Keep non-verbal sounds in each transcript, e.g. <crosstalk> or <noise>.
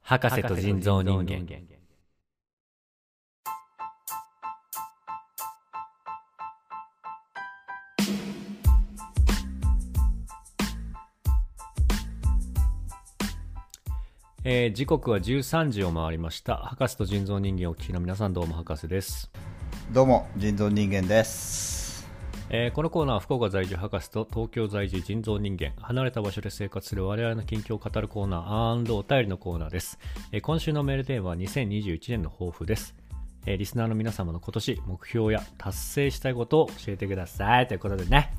博士と人造人間えー時刻は13時を回りました博士と人造人間をお聞きの皆さんどうも博士です、どうも人造人間ですえーこのコーナーは福岡在住博士と東京在住人造人間離れた場所で生活する我々の近況を語るコーナー and お便りのコーナーです、えー今週のメールテーマは2021年の抱負です、えーリスナーの皆様の今年目標や達成したいことを教えてくださいということでね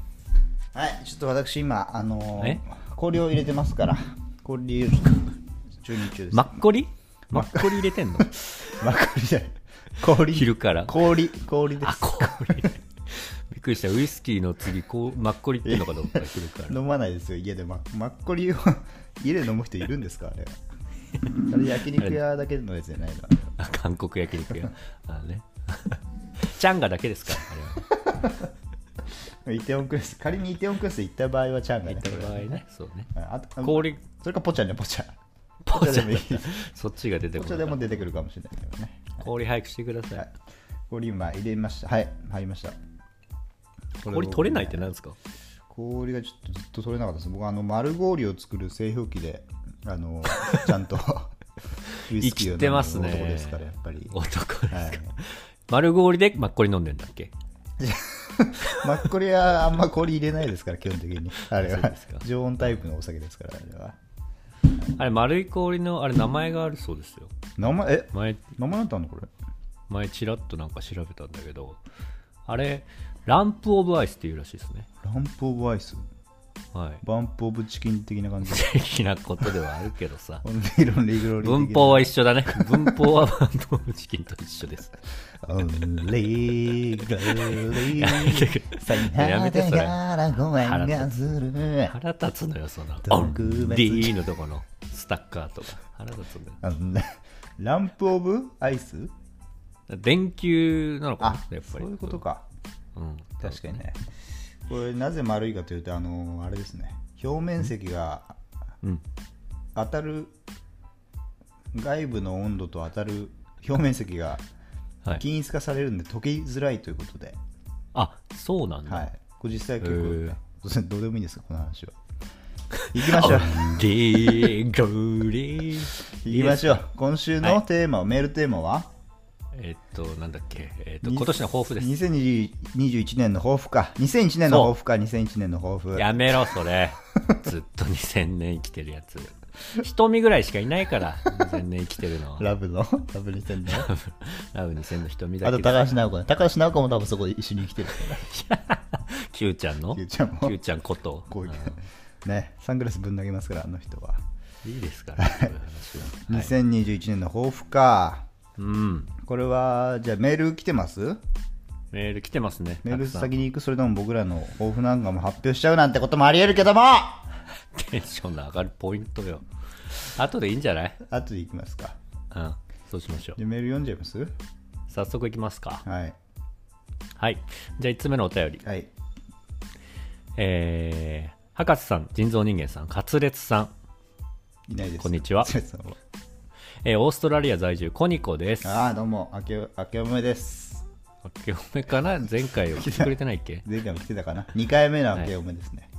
はいちょっと私今あのーえ氷を入れてますから氷入れる中日中ですマッコリマッコリ入れてんのマッコリじゃない氷昼から氷氷であす氷 <laughs> びっくりしたウイスキーの次こうマッコリっていうのかと思ったら昼から飲まないですよ家でママッコリを家で飲む人いるんですかあれはあれ焼肉屋だけのやつじゃないのあれはあ <laughs> 韓国焼肉屋あね <laughs> チャンガだけですからあイテオンクエス仮にイテオンクエスト行った場合はチャンがれねは行った場合ね <laughs> そうねうんあと氷それかポチャねポチャポチャポチャでもいいだった <laughs> そっちが出てポこチャでなかもった出てくるかもしれないけどね氷早くしてください、はい氷今入れましたはい入りました氷取れないってなんですか氷がちょっとずっと取れなかったです僕あの丸氷を作る製氷機であのちゃんとウイ生スキーを飲むきてますね男ですからやっぱり男ですか、はい丸氷でマッコリ飲んでんだっけマッコリはあんま氷入れないですから基本的にあれそうはですか常温タイプのお酒ですからあれはあれ丸い氷のあれ名前があるそうですよ名前え前名前なんてあんのこれ前ちらっとなんか調べたんだけどあれランプ・オブ・アイスっていうらしいですねランプ・オブ・アイスはいバンプ・オブ・チキン的な感じ的なことではあるけど <laughs> さオンリーロン・リグロリー的な文法は一緒だね文法はバンドオブチキンと一緒ですオンリーロリやめてーくれさやめてそれらご縁がする腹立つのよその「オン特別リー」のとこのスタッカーとか腹立つんだよあの <laughs> ねランプ・オブ・アイス電球なのかあなやっぱりそういうことかうん、確かにねこれなぜ丸いかというとあのあれですね表面積がうん、当たる外部の温度と当たる表面積がはい均一化されるんで溶けづらいということで、あそうなんだ、はいこれ実際結構、へえそうですねどうでもいいんですかこの話は行き <laughs> ましょうリーグリー <laughs> 行きましょう今週のテーマ、メールテーマはえっとなんだっけえっと今年の抱負です2021年の抱負か2001年の抱負か2001年の抱負やめろそ <laughs> れずっと2000年生きてるやつ瞳ぐらいしかいないから2000年生きてるのラブのラブ2000のラブ2000の瞳だあけどと高橋尚子ね。高橋尚子も多分そこで一緒に生きてるからね。キューちゃんのキューちゃんもキューちゃんことこういう。ね、サングラスぶん投げますから、あの人は。いいですからねそういう話ははい2021年の抱負か。うんこれは、じゃあメール来てますメール来てますねメールたくさん先に行く、それとも僕らの抱負なんかも発表しちゃうなんてこともあり得るけどもテンションの上がるポイントよ後でいいんじゃない後で行きますか。うんそうしましょうじゃあメール読んじゃいます早速いきますかはい。はいじゃあ1つ目のお便りはい。えー、博士さん人造人間さん滑裂さんいないです。こんにち <laughs> はつやさんはえーオーストラリア在住コニコですああ、どうも、明け、明けおめです。明けおめかな前回を聞いてくれてないっけ前回も来てたかな ?2 回目の明けおめですね。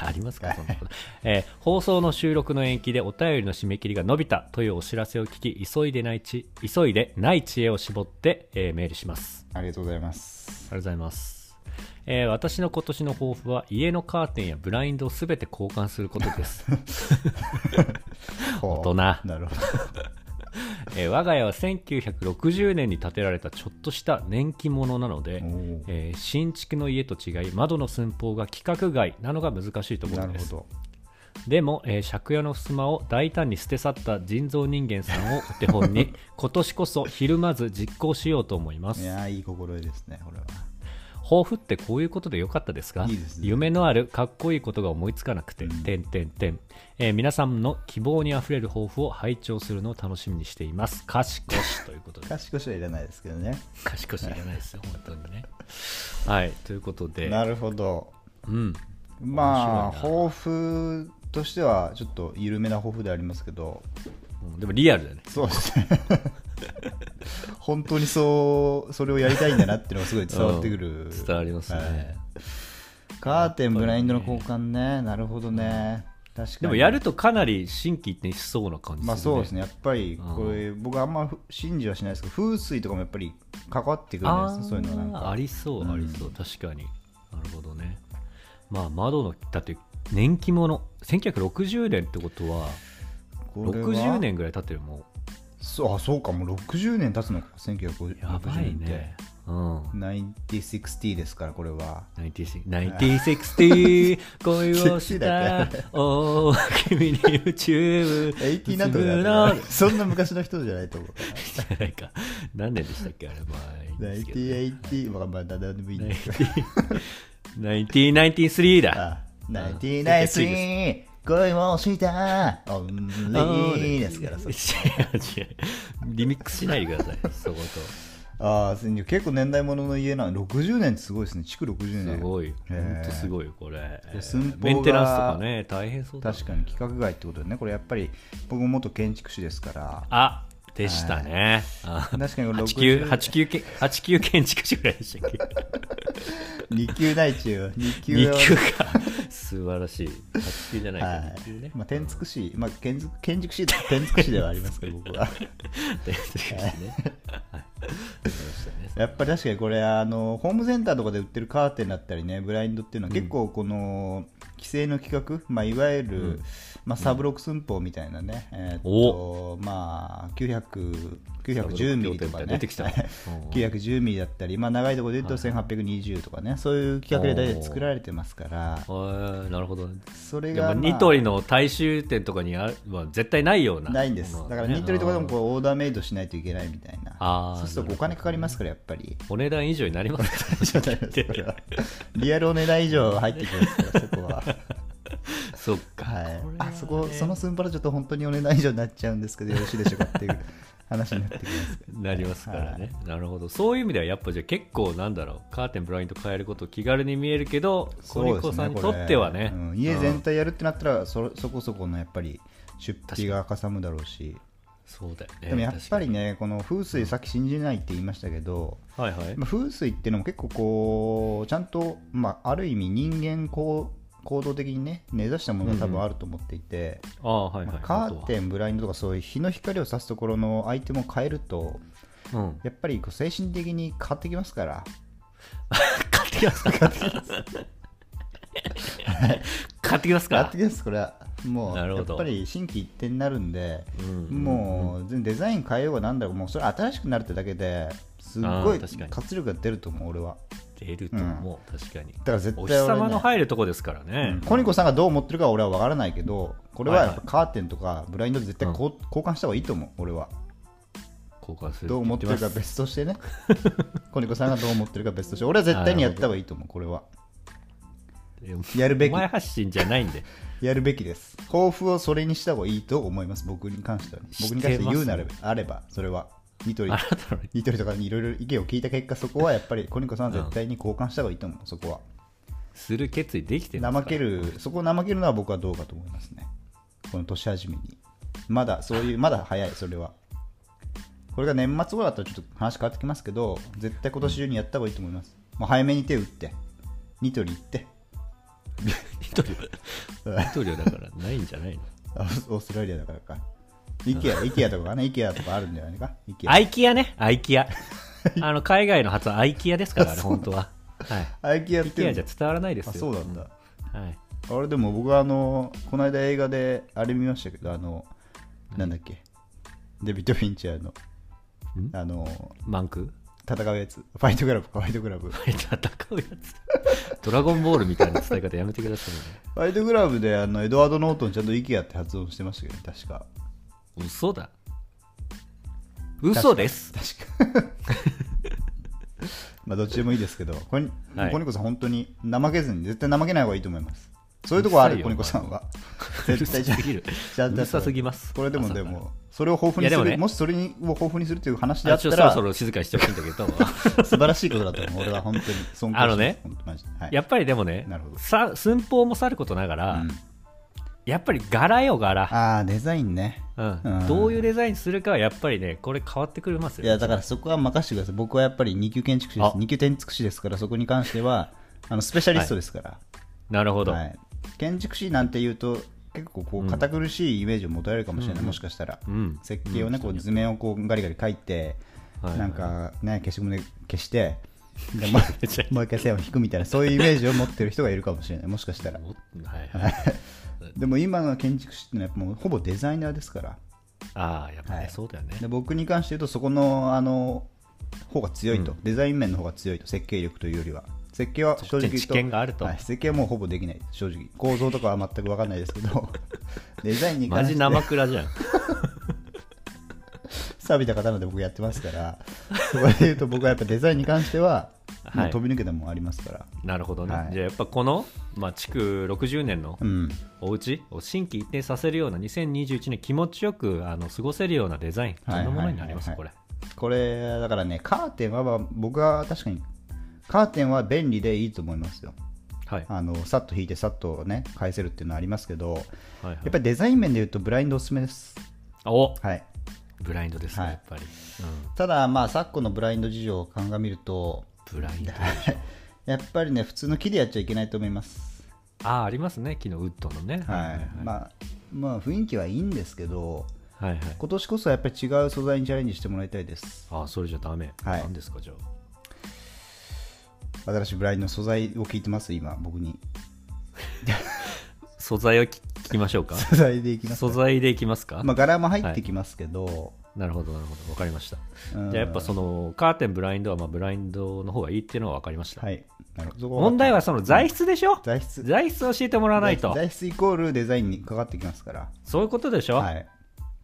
ありますかそんなこと、えー放送の収録の延期でお便りの締め切りが延びたというお知らせを聞き急いでないち急いでない知恵を絞って、えーメールしますありがとうございます。ありがとうございます、えー私の今年の抱負は家のカーテンやブラインドを全て交換すること <laughs> です、ほう大人なるほど。えー我が家は1960年に建てられたちょっとした年季物なのでおーえー新築の家と違い窓の寸法が規格外なのが難しいところなるでほすど。でも、えー借家の襖を大胆に捨て去った人造人間さんをお手本に <laughs> 今年こそひるまず実行しようと思いまいすやーいい心得ですね、これは。抱負ってこういうことでよかったですかいいですね夢のあるかっこいいことが思いつかなくて、てんてんてん、えー皆さんの希望にあふれる抱負を拝聴するのを楽しみにしています賢しという <laughs> ことで賢しはいらないですけどね。賢しいらないですよ本当にねはいということでなるほど。うんまあ、面白いな抱負としては、ちょっと緩めな抱負ではありますけど、うんでもリアルだね。そうですね <laughs> 本当にそうそれをやりたいんだなっていうのがすごい伝わってくる、うん伝わりますね。はいカーテンブラインドの交換ねなるほどね、確かにでもやるとかなり心機一転しそうな感じするね。まあそうですねやっぱりこれ、僕あんま信じはしないですけど風水とかもやっぱり関わってくるんですねそういうのはなんあーかありそう、うんありそう確かになるほどねまあ窓のだって年季物1960年ってことはこれは60年ぐらい経ってるもそうあそうかもう60年経つのか1960う年やばいね <laughs> うん9060ですからこれ <laughs> は96 <laughs> 1960恋をしだたっけおお君に夢中80なんとかなだ <laughs> よね <laughs> そんな昔の人じゃないと思うなんか何年でしたっけあれまあいいんですけどね9080まあまあ誰でもいいんですけど1993だあ9093恋をしたオンリーですから違そう <laughs> う違うリミックスしないでくださいそことああ結構年代物の家なの60年ってすごいですね築60年すごい。えー本当すごいよ、これ。で寸法がメンテナンスとかね、大変そうだ、ね。確かに規格外ってことでねこれやっぱり僕も元建築士で <laughs> すからあでしたね。あ確かに89 60 89け89建築士ぐらいでしたっけ <laughs> 2級内中2級 ?2 は級か。素晴らしい。8級じゃないか、は2級ねい。まあ、天竺市、まあ、建築建 <laughs> 築市、天竺市ではありますけど、僕は。 <laughs> 建築士ね。はい。わかりましたねやっぱり確かにこれあの、ホームセンターとかで売ってるカーテンだったりね、ブラインドっていうのは、結構この規制の規格、まあ、いわゆる、まあ、サブロック寸法みたいなね、えーっとまあ、900 910ミリとかね、出てきた910ミリだったり、まあ、長いところで言うと1820とかね、そういう規格で大体作られてますから、はいなるほど、ね。それでもが、まあニトリの大衆店とかにあは絶対ないような。ないんです。だものからねニトリとかでもこうオーダーメイドしないといけないみたいあなー。そうするとお金かかりますから、やっぱり。お値段以上になりますからね <laughs> <laughs> ちょっと待ってそれはリアルお値段以上入ってきますから、そこは。そっか。はいこれ。はあねそこ、その寸法だとちょっと本当にお値段以上になっちゃうんですけど、よろしいでしょうかっていう話になってきますけど。なりますからね、なるほどそういう意味ではやっぱじゃあ結構なんだろうカーテンブラインド変えること気軽に見えるけどコそうリですねコさんにとこれってはねうん家全体やるってなったら、そそこそこのやっぱり出費がかさむだろうし。そうだよねでもやっぱり確ね、この風水さっき信じないって言いましたけど、かにはいはい、まあ、風水っていうのも結構こうちゃんと、まあ、ある意味人間こう行動的にね根ざしたものが多分あると思っていて、ああはいはい、まあカーテンブラインドとかそういう日の光を差すところのアイテムを変えるとン、うん、やっぱりこう精神的に変わってきますから買ってきます買ってきます買ってきます変わかってきますこれはもうなるやほっどぱり心機一転になるんで、うんもう全然デザイン変えようがなんだろうもうそれ新しくなるってだけですっあごーい確かに活力が出ると思う俺は出ると思う、確かにだから絶対お俺、日ね、様の入るとこですからね、コニコさんがどう思ってるかは俺は分からないけどこれはやっはいぱはカーテンとかブラインドで絶対こう交換した方がいいと思う俺は交換するどう思ってるか言ます別としてね <laughs> コニコさんがどう思ってるか別として俺は絶対にやった方がいいと思うこれはやるべきお前発信じゃないん <laughs> でやるべきです抱負をそれにした方がいいと思います僕に関してはね僕に関して言うなればあればそれはニトリあなたのニトリとかにいろいろ意見を聞いた結果そこはやっぱりコニコさんは絶対に交換した方がいいと思うそこはする決意できてますか怠けるそこを怠けるのは僕はどうかと思いますねこの年始めにまだそういうまだ早いそれはこれが年末頃だったらちょっと話変わってきますけど絶対今年中にやった方がいいと思いますもう早めに手打ってニトリ行ってニトリはニトリはだからないんじゃないのあオーストラリアだからか <laughs> IKEA, IKEA とかがね IKEA とかあるんじゃないか IKEA アイキアね、アイキア。あの海外の発はアイキアですから、あれ、本当は。はい。 IKEA っイてケいアうじのゃ伝わらないですよ。あそうなんだ、はい。あれでも僕はあのこの間映画であれ見ましたけどあのなんだっけデビッド・フィンチャーのんあのマンク <laughs> 戦うやつファイトクラブかファイトクラブフあれ戦うやつ。ドラゴンボールみたいな伝え方やめてくださいァイトクラブであのエドワード・ノートンちゃんと IKEA って発音してましたけどね確かね。嘘だ。嘘です。確か <laughs> まあどっちでもいいですけどこに、はいコニコさん本当に怠けずに絶対怠けない方がいいと思いますそういうとこあうるさいるよコニコさんは <laughs> うるさじゃすぎるじゃあうるさすぎますこれでも朝かでらもそれを豊富にいすやるでも,、もねしそれを豊富にするという話でああっちょったとそろらそろ静かにしてほしいんだけど、 <laughs> 素晴らしいことだと思う俺は本当に尊敬してますあのね本当マジではいやっぱりでもねなるほど、さ寸法もさることながら、うんやっぱり柄よ柄、ああデザインねうんうんどういうデザインするかはやっぱりねこれ変わってくるますよいやだからそこは任せてください僕はやっぱり二級建築士であす二級建築士ですからそこに関し <laughs> てはあのスペシャリストですから、なるほど、はい、建築士なんていうと結構こう堅苦しいイメージを持たれるかもしれない、もしかしたら、うん設計をね、こう図面をこうガリガリ書いて、はいなんかね消しゴムで消 <laughs> してでもうちゃもう一回線を引くみたいなそういうイメージを持ってる人がいるかもしれないもしかしたらおはいはい、でも今の建築士ってのはやっぱもうほぼデザイナーですからああやっぱね、はいそうだよねで僕に関して言うとそこのあの方が強いと、デザイン面の方が強いと設計力というよりは設計は正直言う知と見があるとはい、設計はもうほぼできない正直構造とかは全く分かんないですけ <laughs> どデザインにマ関しジて生クラじゃん <laughs> 錆びた刀で僕やってますからそこで言うと僕はやっぱデザインに関しては、はいもう飛び抜けたもんありますからなるほどね、はいじゃあやっぱこのまあ、築60年のうんお家を心機一転させるような2021年気持ちよくあの過ごせるようなデザインそはいんなものになりますはいこれこれだからねカーテンはまあ僕は確かにカーテンは便利でいいと思いますよはいあのさっと引いてさっとね返せるっていうのはありますけどはいはいやっぱりデザイン面で言うとブラインドおすすめですおはいブラインドですね、はいやっぱり、ただまあ昨今のブラインド事情を鑑みるとうん、ブラインドやっぱりね普通の木でやっちゃいけないと思いますああありますね木のウッドのねはいまあまあ雰囲気はいいんですけどはいはい、今年こそはやっぱり違う素材にチャレンジしてもらいたいですああそれじゃダメ、はいなんですかじゃあ新しいブラインドの素材を聞いてます今僕に素材をき聞きましょうか素材でいきます素材でいきますか、まあ柄も入ってきますけど、なるほどなるほどわかりましたうんじゃあやっぱそのカーテンブラインドはまあブラインドの方がいいっていうのはわかりました、はいなるほどそこ問題はその材質でしょ材質材質を教えてもらわないと材質イコールデザインにかかってきますからそういうことでしょ、はい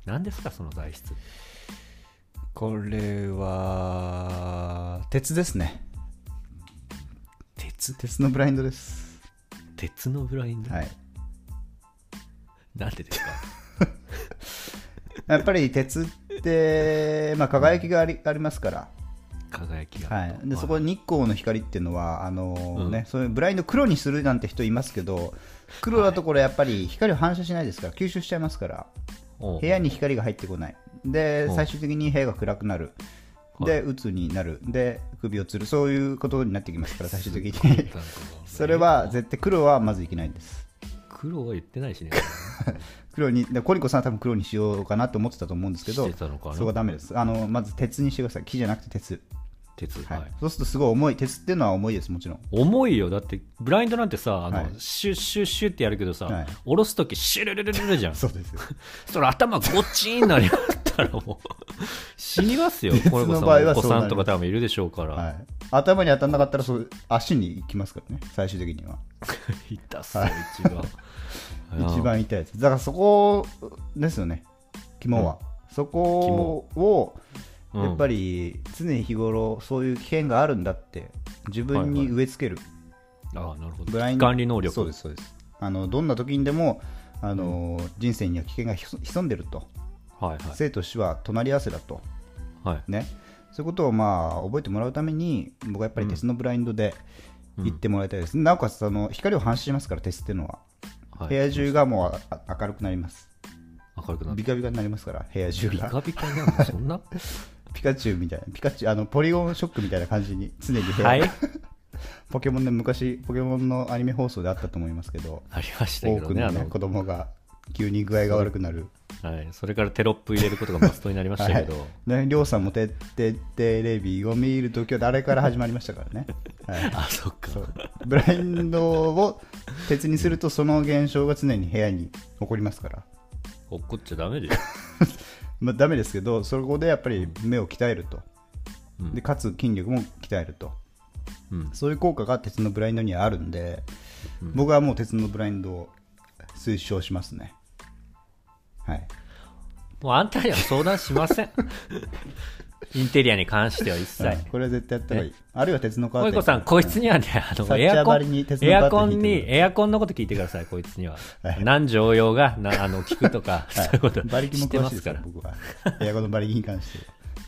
何ですかその材質これは鉄ですね鉄鉄のブラインドです鉄のブラインド、はいなんでですかやっぱり鉄って、まあ、輝きがありありますから、輝きが、はい、でそこにで日光の光っていうのはあのーうんねそういうブラインド黒にするなんて人いますけど黒だとこれやっぱり光を反射しないですから吸収しちゃいますから部屋に光が入ってこないでうん最終的に部屋が暗くなるはで鬱になるで首をつるそういうことになってきますから最終的にそれは絶対黒はまずいけないんです黒は言ってないしね黒にでコリコさんは多分黒にしようかなと思ってたと思うんですけどしてたのかなそこはダメですあのまず鉄にしてください木じゃなくて鉄、鉄ははいい、そうするとすごい重い鉄っていうのは重いですもちろん重いよだってブラインドなんてさあの、はいシュッシュッシュッってやるけどさ、はい下ろす時シュルルルルルじゃんそうですよそれ頭ごっちーになりまったらもう死にます <laughs> よ鉄このれこそ場合はお子そうさなりまんすとか多分いるでしょうから、はい、頭に当たらなかったらそう足に行きますからね最終的には痛そう一 <laughs> 番一番痛いやつだからそこですよね肝は、そこをうんやっぱり常日頃そういう危険があるんだって自分に植え付ける、ああなるほブどライン管理能力そうですそうですあのどんな時にでもあの、人生には危険が潜潜んでると、はいはい生と死は隣り合わせだとはいねそういうことをまあ覚えてもらうために僕はやっぱり鉄のブラインドで行ってもらいたいです、なおかつあの光を反射しますから鉄っていうのは、はい部屋中がもうああ明るくなります明るくなってビカビカになりますから部屋中ビがカビカになるのそ <laughs> んなピカチュウみたいなピカチュウあのポリゴンショックみたいな感じに常に部屋がはいポケモンで昔ポケモンのアニメ放送であったと思いますけどありました多けどくねの、あね、の子供が急に具合が悪くなるはい、それからテロップ入れることがマストになりましたけど、 <laughs> はいね、りょうさんも「てってテレビを見るときは誰から始まりまし <laughs> たからね、はい、あそっかそうブラインドを鉄にするとその現象が常に部屋に起こりますから、怒っちゃダメでしょまあ、ダメですけどそこでやっぱり目を鍛えると、うんでかつ筋力も鍛えるとうんそういう効果が鉄のブラインドにはあるんで、僕はもう鉄のブラインドを推奨しますねはいもうあんたには相談しませ <laughs> んインテリアに関しては一切うんこれは絶対やった方がいいあるいは鉄のカー萌テン子さん、こいつにはね、あサの、ッチエャーアコ張りにン、鉄のエアコバッング引いてに、くエアコンのこと聞いてください、こいつにはは。い何常用が、なあの、聞くとか、そういうこと、馬力知もって詳ましいですすかからら。僕はエアコンの馬力に関して、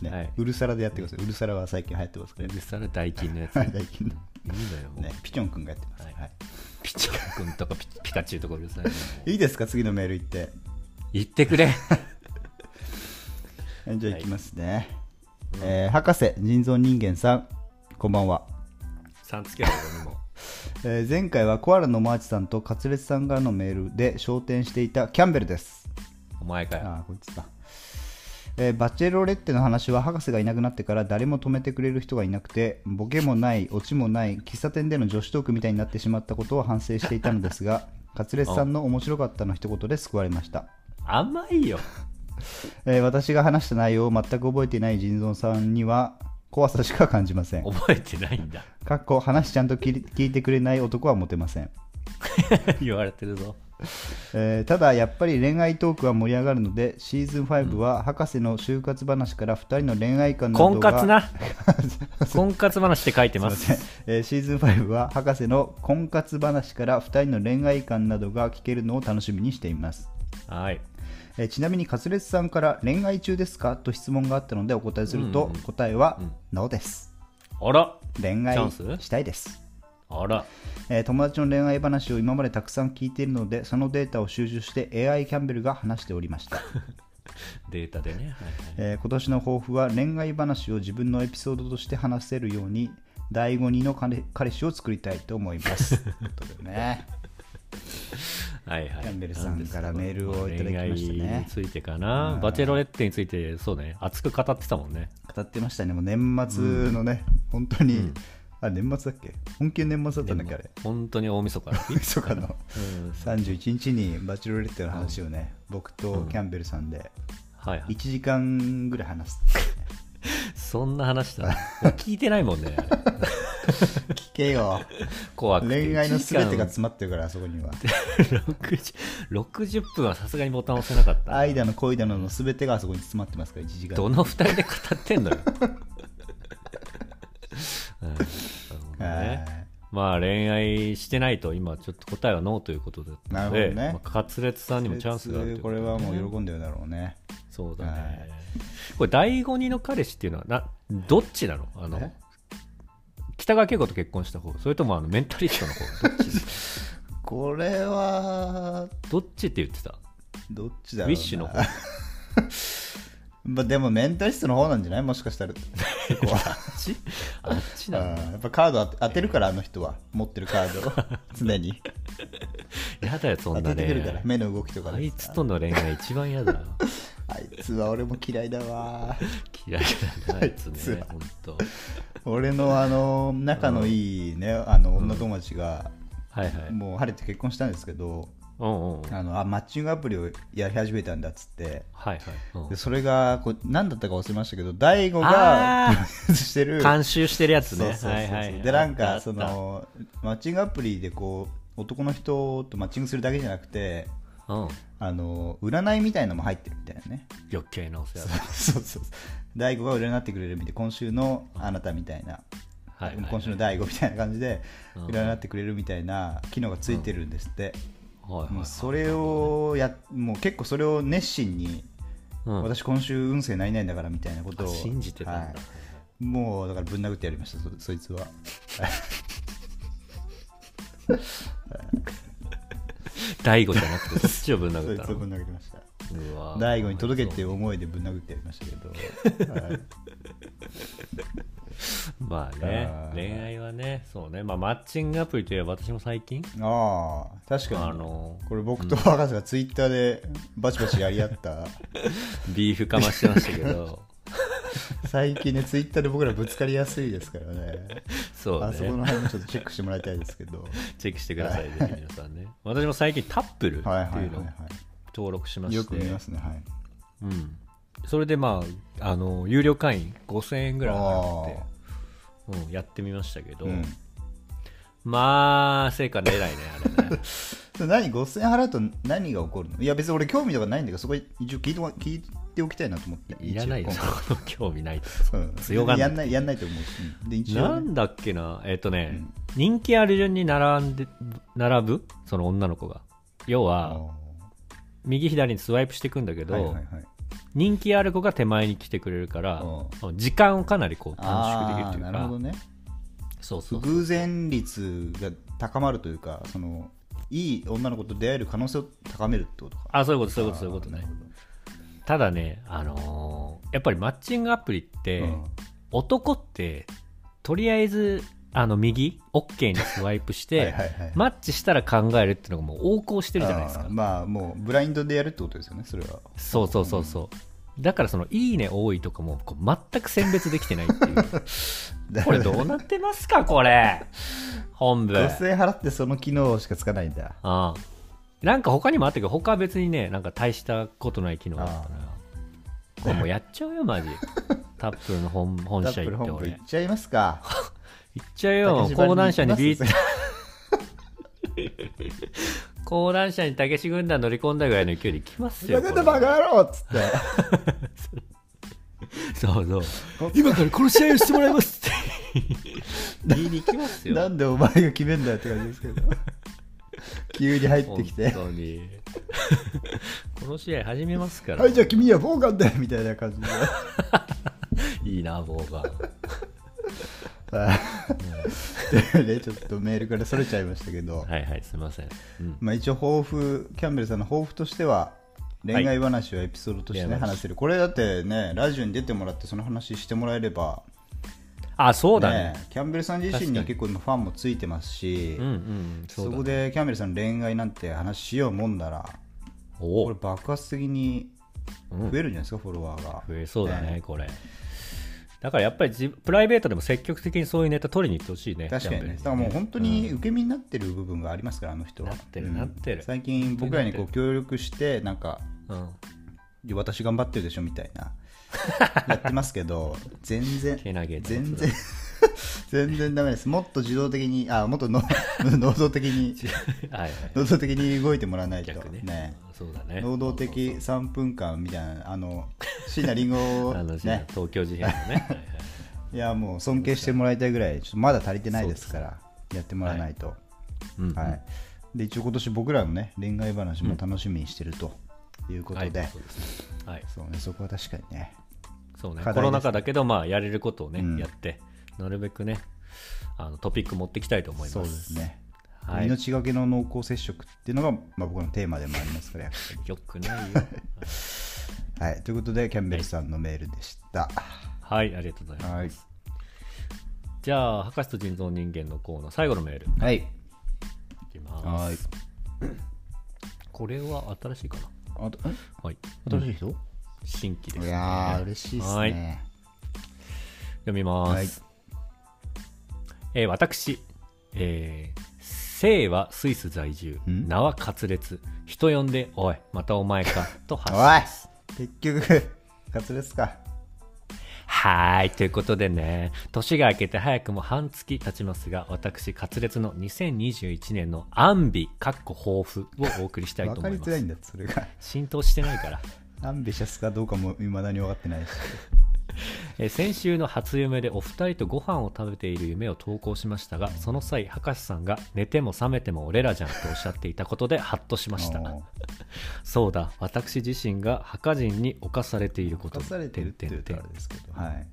ねはいウルサラでやってくださいうるさらは最近流行ってますからで、それ、ダイキンのやつ。いはい最近のいのよ。ね、ピチョン君がやってます、はいはいピピチョ君とかピピカチュウとかうるさいな。いいですか次のメール行って言ってくれ。 <laughs> えじゃあいきますね、えー博士人造人間さんこんばんは、さんつけろ、俺にも。えー前回はコアラのマーチさんとカツレツさんからのメールで昇天していたキャンベルですお前かよ。ああこいつだ、えーバチェロレッテの話は博士がいなくなってから誰も止めてくれる人がいなくてボケもないオチもない喫茶店での女子トークみたいになってしまったことを反省していたのですがカツレツさんの面白かったの一言で救われました甘いよ。えー私が話した内容を全く覚えていない人造さんには怖さしか感じません。覚えてないんだ。 <laughs> かっこ話ちゃんと聞い聞いてくれない男はモテません、言われてる <laughs> ぞ。えーただやっぱり恋愛トークは盛り上がるのでシーズン5は博士の就活話から2人の恋愛観などが婚活 <laughs> な。婚活話って書いてます。えーシーズン5は博士の婚活話から2人の恋愛観などが聞けるのを楽しみにしていますはい。えーちなみにカツレツさんから恋愛中ですかと質問があったのでお答えすると、答えは「NO ですあら。恋愛チャンスしたいです、あら。えー友達の恋愛話を今までたくさん聞いているのでそのデータを収集して AI キャンベルが話しておりました、データでね。はいはいえー今年の抱負は恋愛話を自分のエピソードとして話せるように第5人の彼彼氏を作りたいと思い <laughs> ます。ということでねはいはい。キャンベルさんからメールをいただきましたね恋愛についてかな。バチェロレッテについて、そうね、熱く語ってたもんね。語ってましたね、もう年末のね、本当に、あ、年末だっけ本気の年末だったんだっけあれ。本当に大晦日 <laughs> だ。そかの31日にバチェロレッテの話をね、僕とキャンベルさんではいはい1。時間ぐらい話す。そんな話だ。 <laughs> 聞いてないもんね。あれ聞けよ。怖くて。恋愛の一時すべ間てが詰まってるから、あそ <laughs> こには。 60 60分はさすがにボタン押せなかった。愛だの恋だののすべてがあそこに詰まってますから、1時間。どの二人で語って <laughs> んのよ。うんなるほどねはいまあ恋愛してないと今ちょっと答えはノーということだったのなるで、ほどねまあ、カツレツさんにもチャンスがあるというこれはもう喜んでるだろうねそうだね、はいこれ第五人の彼氏っていうのはなどっちなのあのえ北川景子と結婚した方それともあのメンタリストの方どっちこれはどっち <laughs> って言ってたどっちウだろうィッシュの方まあでもメンタリストの方なんじゃないもしかした <laughs> らあっちあっちうんなの、やっぱカード当て当てるからあの人は持ってるカー <laughs> ドを常にやだよそ当んなててくるからね目の動きとかあでいつとの恋愛一番嫌だ <laughs> あいつは俺も嫌いだわ嫌いだなあいつあいつねは本当俺のあの仲のいいねあの女友達がはいはいもう晴れて結婚したんですけどうんうんうんはいあのあマッチングアプリをやり始めたんだっつってはい、うんでそれがこう何だったか忘れましたけど大悟があープロデュース <laughs> してる監修してるやつそうねそうそうはいはいでなんあかったそのマッチングアプリでこう男の人とマッチングするだけじゃなくてうんあの占いみたいのも入ってるみたいな <laughs> ね余計なお世話だそうそうそう大悟が占ってくれるみたいな今週のあなたみたいな、はいはいはい今週の大悟みたいな感じでうん占ってくれるみたいな機能がついてるんですって、はいはいもはういそれをやもう結構それを熱心に、うん私今週運勢ないないんだからみたいなことをあ信じてたんだはいもうだからぶん殴ってやりましたそそいつは大悟じゃなくてそっちをぶんそ殴いっつたのをぶん殴りましたうわ大悟に届けっていう思いでぶん殴ってやりましたけ <laughs> ど、はいまあねあー恋愛はねそうねまあマッチングアプリといえば私も最近ああ確かに、あのこれ僕と博士がツイッターでバチバチやり合ったビーフかましてましたけ <laughs> ど最近ねツイッターで僕らぶつかりやすいですからねそうねあそこの辺もちょっとチェックしてもらいたいですけどチェックしてくださいね、皆さんね。私も最近タップルってはいはいいはうのをい、登録しまはい、しよく見てま、すねはういんそれでまあ、あの、有料会員5000円ぐらい払って、うん、やってみましたけど、うんまあ、成果出ないね、あれね。それ何5000円払うと何が起こるのいや別に俺興味とかないんだけどそこ一応聞いてお聞いてお <laughs> きたいなと思っていらないよ、一応そ今この興味ないと。回う <laughs> ん強がんなやいんないやんないと思う、うんで一応ねなんだっけな、えっ、とね、人気ある順に並んで、並ぶその女の子が。要あは、ー右左にスワイプしていくんだけど、はいはいはい人気ある子が手前に来てくれるからう、時間をかなりこう短縮できるあとあいうなか、るほどねそうそうそう偶然率が高まるというかそのいい女の子と出会える可能性を高めるってことかあそういうことそういうことそういうことねなるほどただねあのーやっぱりマッチングアプリって、うん男ってとりあえずあの右 OK にスワイプして <laughs> はいはいはいマッチしたら考えるっていうのがもう横行してるじゃないですあかーまあもうブラインドでやるってことですよねそれはそうそうそうそうだからその「いいね」多いとかもこう全く選別できてないっていう <laughs> これどうなってますかこれ本部女性払ってその機能しかつかないんだああなんか他にもあったけど他は別にねなんか大したことない機能だったからこれもうやっちゃうよ <laughs> マジタップルの本本タ社ップル行って本部俺行っちゃいますか行っちゃうよ竹芝に講談社にビー行きチ講談社にたけし軍団乗り込んだぐらいの勢いで行きますよバカだこバれカ野郎っつってそうそう <laughs> 今から殺し合いをしてもらいますって <laughs> 言いに行きますよなんでお前が決めんだよって感じですけど <laughs> 急に入ってきて本当に <laughs> この試合始めますから、、はいいじゃあ君にはボーガンだよみたいな感じでいな棒がはい <laughs> というねちょっとメールからそれちゃいましたけど、はいはいすいません、うん、まあ、一応抱負キャンベルさんの抱負としては恋愛話をエピソードとして、ね恋愛話話せるこれだってねラジオに出てもらってその話してもらえれば、あそうだねねキャンベルさん自身には確結構今ファンもついてますし、うんうんそそうだねこでキャンベルさんの恋愛なんて話しようもんならおこれ爆発的にうん増えるんじゃないですか、フォロワーが増えそうだね、これ。だからやっぱり自プライベートでも積極的にそういうネタ取りに行ってほしいね。確かにね、だジャからンベもルう本当に受け身になってる部分がありますから、あの人は。なってるうんなってる最近、僕らにこう協力して、なんか、うんいや私頑張ってるでしょみたい <laughs> な、やってますけど、全然、けなげな全然、全然ダメです。もっと自動的に、あ、もっとの <laughs> 能動的 <laughs> に、はい <laughs> はい。能動的に動いてもらわないと逆ね。ね。そうだね。能動的3分間みたいな、あの、椎名林檎そうをそうそう。あのね、東京事変 <laughs> のね。はいはいいや、もう尊敬してもらいたいぐらい、ちょっとまだ足りてないですから、やってもらわないと。うんうんはい、で一応今年僕らのね恋愛話も楽しみにしてるということで、はいそうですはいそうねそこは確かにねそうね課題ですねコロナ禍だけど、まあ、やれることをね、うんやって、なるべくね、あのトピック持っていきたいと思います。そうですね、はい命がけの濃厚接触っていうのが、まあ、僕のテーマでもありますからやっよく <laughs> ないよ。ぱりはい、ということでキャンベルさんのメールでした、はい、ありがとうございます。はいじゃあ、博士と人造人間のコーナー、最後のメールいはいきます。はいこれは新しいかな。あとんはい、新しい人、新規です、いね、やー嬉しいですはいね読みます、えー私、えー、姓はスイス在住ん名は滑裂人呼んで「おいまたお前か」と発おい信結局カツですかはーいということでね年が明けて早くも半月経ちますが私滑裂の2021年の「安美」かっこ抱負をお送りしたい分とか思いりまづらいすんだそれが浸透してないからアンビシャスかどうかもいまだに分かっ <laughs> てないしえー先週の初夢でお二人とご飯を食べている夢を投稿しましたがその際博士さんが「寝ても覚めても俺らじゃん」とおっしゃっていたことでハッとしましたおーそうだ私自身が墓人に侵されていること犯されてるって言うてとんあてんてれんですけどはい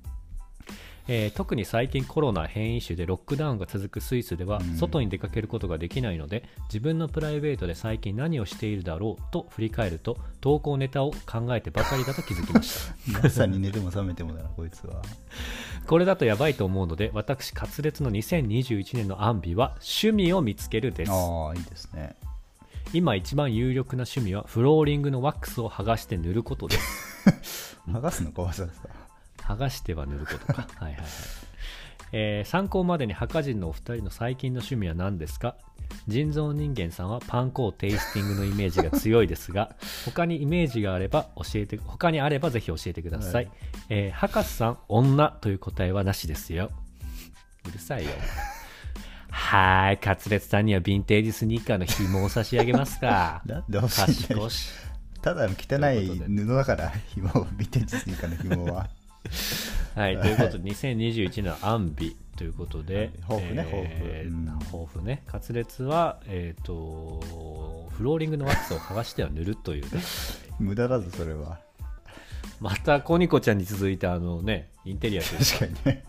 えー特に最近コロナ変異種でロックダウンが続くスイスでは、うん外に出かけることができないので自分のプライベートで最近何をしているだろうと振り返ると投稿ネタを考えてばかりだと気づきました <laughs> まさに寝ても覚めてもだな、こいつは。これだとやばいと思うので私滑裂の2021年のアンビは趣味を見つけるですああ、いいですね。今一番有力な趣味はフローリングのワックスを剥がして塗ることです剥がすのか、わざわざ。剥がしては塗ること <laughs> かはいはいはい、えー参考までに墓人のお二人の最近の趣味は何ですか人造人間さんはパン粉をテイスティングのイメージが強いです <laughs> が他にイメージがあれば教えて他にあればぜひ教えてください、はいえー博士さん女という答えはなしですようるさ <laughs> いよはーいカツレツさんにはヴィンテージスニーカーの紐を差し上げますか <laughs> なんで欲しいんだよ賢しただの汚といいうことで布だから、紐を、ビテンジスニーカーの紐は。はい、ということで、2021年アンビということで、抱負ねえー抱負う抱ん負ね、カツレツは、えっ、と、フローリングのワックスを剥がしては塗るという <laughs> ね、無駄だぞ、それは。またコニコちゃんに続いて、あのね、インテリアというか確かにね。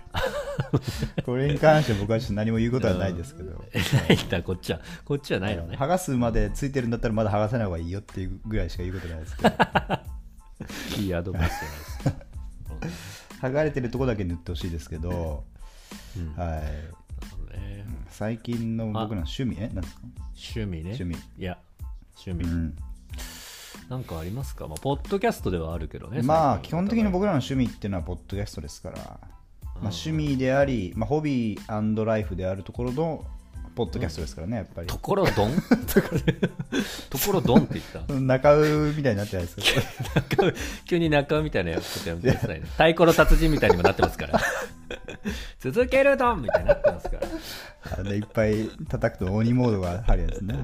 これに関して僕はちょっと何も言うことはないですけど、ないんだこっちはこっちは <laughs> ないのね剥がすまでついてるんだったらまだ剥がさない方がいいよっていうぐらいしか言うことないですけどいいアドバイスじゃないで剥がれてるとこだけ塗ってほしいですけど、す、うんうんなるはい、 <laughs> ほどね最近の僕の趣味えなんですか趣味ね趣味いや趣う味、んなんかありますか、まあ、ポッドキャストではあるけどねまあ最基近お本互的いに僕らの趣味っていうのはポッドキャストですから、うんまあ、趣味であり、まあ、ホビーライフであるところのポッドキャストですからねやっぱりところど <laughs> んところどんって言った中尾みたいになってないですか中 <laughs> 急に中尾みたいなやつやめてくださいね太鼓の達人みたいにもなってますから続けるドンみたいになってますからあのいっぱい叩くと鬼モードがあるや <laughs> つね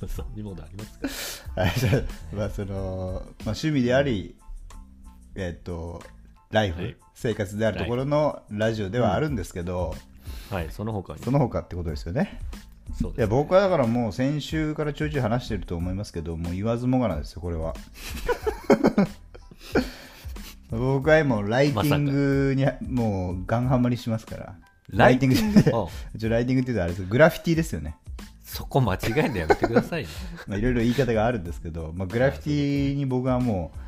そうそうリモードありますかはいじゃあまあその、まあ、趣味でありえっ、とライフ、はい生活であるところのラジオではあるんですけど、はいその他にその他ってことですよねそういでやす僕はだからもう先週からちょいちょい話してると思いますけどもう言わずもがなですよこ <laughs> れは僕はもうライティングにもうガンハマりしますからライティングライティングああじゃライティングって言うとあれですけどグラフィティですよねそこ間違えんでやめてくださいねまあいろいろ言い方があるんですけど、まあ、グラフィティに僕はもう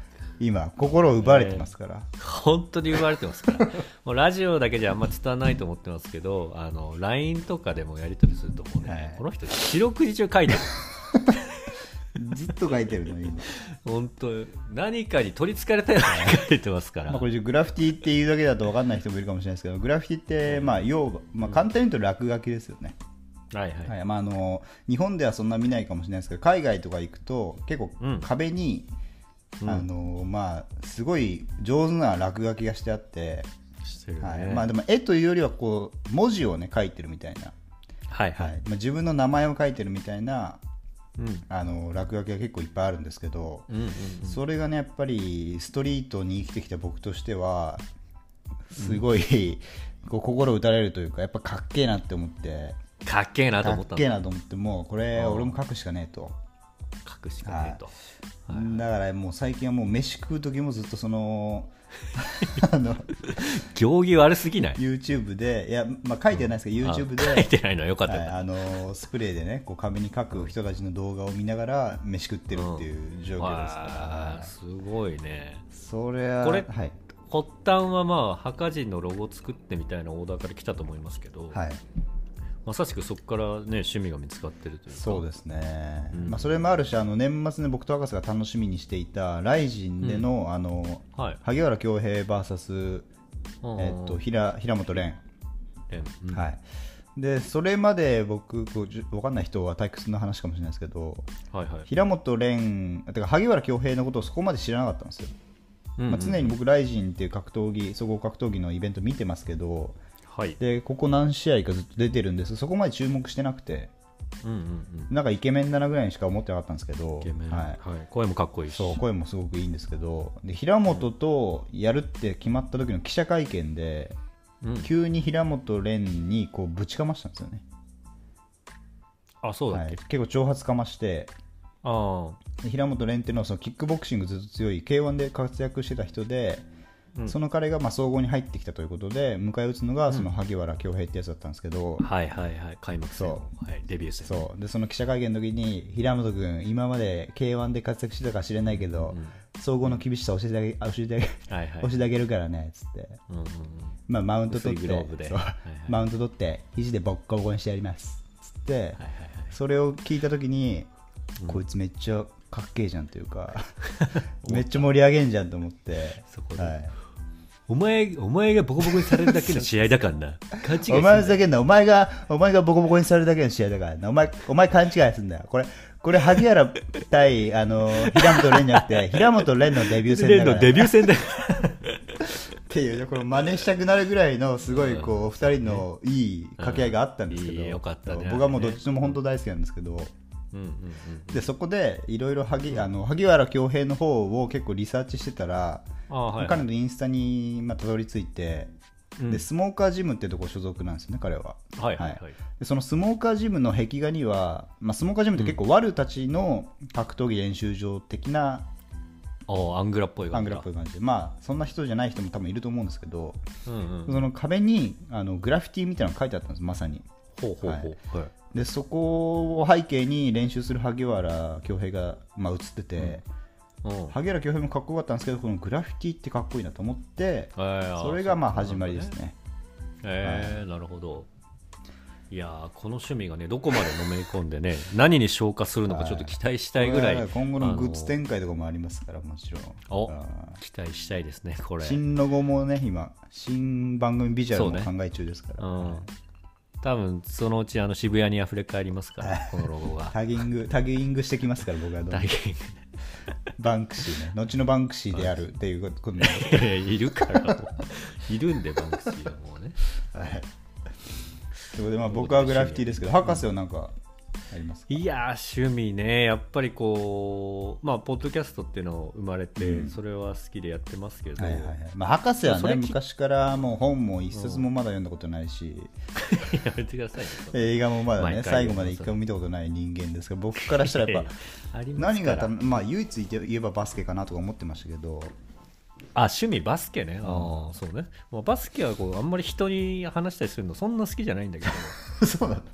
今心を奪われてま <laughs> すから、本当に言われてますからもうラジオだけじゃあんま伝わらないと思ってますけどあの LINE とかでもやり取りするともうね、はいこの人四六時中書いてるずっと書いてるのに、本当何かに取りつかれたように書いてますから、まあ、これグラフィティっていうだけだと分かんない人もいるかもしれないですけどグラフィティってまあ要は、まあ、簡単に言うと落書きですよね、はいはい、はいまあ、あの日本ではそんな見ないかもしれないですけど海外とか行くと結構うん壁に、うんあのまあ、すごい上手な落書きがしてあって、してるね、はいまあ、でも絵というよりはこう文字を、ね、書いてるみたいな、はいははいい、まあ、自分の名前を書いてるみたいなうんあの落書きが結構いっぱいあるんですけど、うんうんうんそれがねやっぱりストリートに生きてきた僕としてはすごい、こう心打たれるというかやっぱかっけえなって思って。かっけえなとか思っったんけえだなと思ってもうこれうん俺も書くしかねえと、書くしかねえと、だからもう最近はもう飯食う時もずっとそ <laughs> のあの行儀悪すぎない YouTube でいや、まあ、書いてはないですけど、YouTube あ書いで、てないのはよかったはよいかっあのスプレーでねこう壁に書く人たちの動画を見ながら飯食ってるっていうた状況ですから、わあすごいねそれはこれはい、発端はまあ墓人のロゴ作ってみたいなオーダーから来たと思いますけど、はい、まさしくそこからね趣味が見つかってるというかそうすですね、うんまあ、それもあるしあの年末ね僕と博士が楽しみにしていた「ライジン」での,、あのはい、萩原恭平 VS、えっと、平平本蓮えうんはい、でそれまで僕こうじゅわかんない人は退屈な話かもしれないですけどはいはい平本蓮てか萩原恭平のことをそこまで知らなかったんですよ、うんうまあ、ん常に僕ライジンっていう格闘技総合格闘技のイベント見てますけどはいでここ何試合かずっと出てるんですそこまで注目してなくてうんうんうんなんかイケメンだなぐらいにしか思ってなかったんですけどイケメン、はい、はい声もかっこいいしそう声もすごくいいんですけどで平本とやるって決まった時の記者会見でうん急に平本蓮にこうぶちかましたんですよねあそうだっはけ、い、結構挑発かましてああで平本蓮っていうのはそのキックボクシングずっと強い k 1で活躍してた人で、うんその彼がまあ総合に入ってきたということで迎え撃つのがその萩原恭平ってやつだったんですけど、はいはいはい開幕戦そはい、デビュー戦そうでその記者会見の時に平本君今まで k 1で活躍してたか知れないけど、総合の厳しさ教えてあげ <laughs> 教えてあげはいはい教えてあげるからねっつって、うんうんうんまあ、マウント取っ薄いてグローブでそうはいはいマウント取って肘でボッコボコにしてやりますっつって、はいはいはいそれを聞いた時に、こいつめっちゃかっけえじゃんとい <laughs> うかめっちゃ盛り上げんじゃんと思ってそこではいお前お前がボコボコにされる <laughs> だけの試合だからな勘違いすんおな前よふざけんなお前がお前がボコボコにされるだけの試合だからなお前お前勘違いすんだよこれこれ萩原対あの平本蓮じゃな <laughs> くて平本蓮のデビュー戦だレンからのデビュー戦だ <laughs> よっていうこれ真似したくなるぐらいのすごいこうお二人のいい掛け合いがあったんですけど、うんいいよかったね僕はもうどっちとも本当大好きなんですけど、うんうんうんでそこでいろいろ萩あの萩原恭平の方を結構リサーチしてたら、ああはい彼のインスタにまあたどり着いて、うんでスモーカージムってとこ所属なんですよね彼は。はいはいはいでそのスモーカージムの壁画には、まあ、スモーカージムって結構ワルたちの格闘技練習場的なおーアングラっぽいアングラっぽい。い感じでまあそんな人じゃない人も多分いると思うんですけど、うんうん。その壁にあのグラフィティみたいなのが書いてあったんですまさにほうほうほう。はい。でそこを背景に練習する萩原恭平が、まあ、映ってて、うん。萩原恭平もかっこよかったんですけどこのグラフィティってかっこいいなと思ってそれがまあ始まりですね。えーなるほど。いやーこの趣味がねどこまでのめり込ん <laughs> でね何に消化するのかちょっと期待したいぐらこれはい今後あのグッズ展開とかもありますからもちろんおうん期待したいですねこれ、うん、新ロゴもね今新番組ビジュアルそうも考え中ですから、多分そのうちあの渋谷にあふれ返りますからこのロゴがタギングタギングしてきますから <laughs> 僕はどんどん大変バンクシーね後のバンクシーであるっていうことになりますいるからもういるんでバンクシーはもうね <laughs> はい。ということで、まあ、僕はグラフィティですけど、博士はなんかありますかいやー趣味ねやっぱりこうまあポッドキャストっていうのを生まれて、うんそれは好きでやってますけど、はいはいはい。まあ、博士はそれね、き昔からもう本も一冊もまだ読んだことないし、やめてくださいよそれ映画もまだ毎ね、回最後まで一回も見たことない人間ですけど、僕からしたら <laughs> やっぱ、あります何からがた、まあ、唯一言えばバスケかなとか思ってましたけど、 <laughs> あ趣味バスケね、ああそうね、まあ、バスケはこうあんまり人に話したりするのそんな好きじゃないんだけどそうなんだ。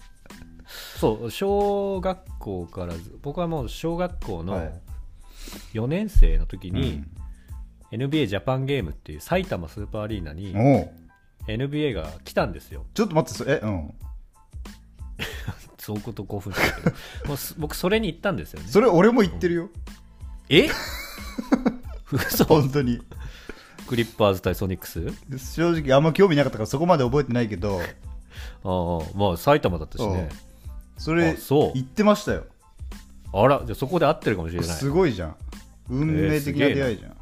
そう小学校からず僕はもう小学校はのい4年生の時にうん、 NBA ジャパンゲームっていう埼玉スーパーアリーナにおう NBA が来たんですよちょっと待って、そえ、うん。そういうこと興奮したけど <laughs> もうす僕それに行ったんですよねそれ俺も言ってる <laughs> よ。え嘘本当に。クリッパーズ対ソニックス正直あんま興味なかったからそこまで覚えてないけど、ああまあ埼玉だったしねそれあそう言ってましたよ。あらじゃあそこで合ってるかもしれないすごいじゃん。運命的な出会いじゃん。い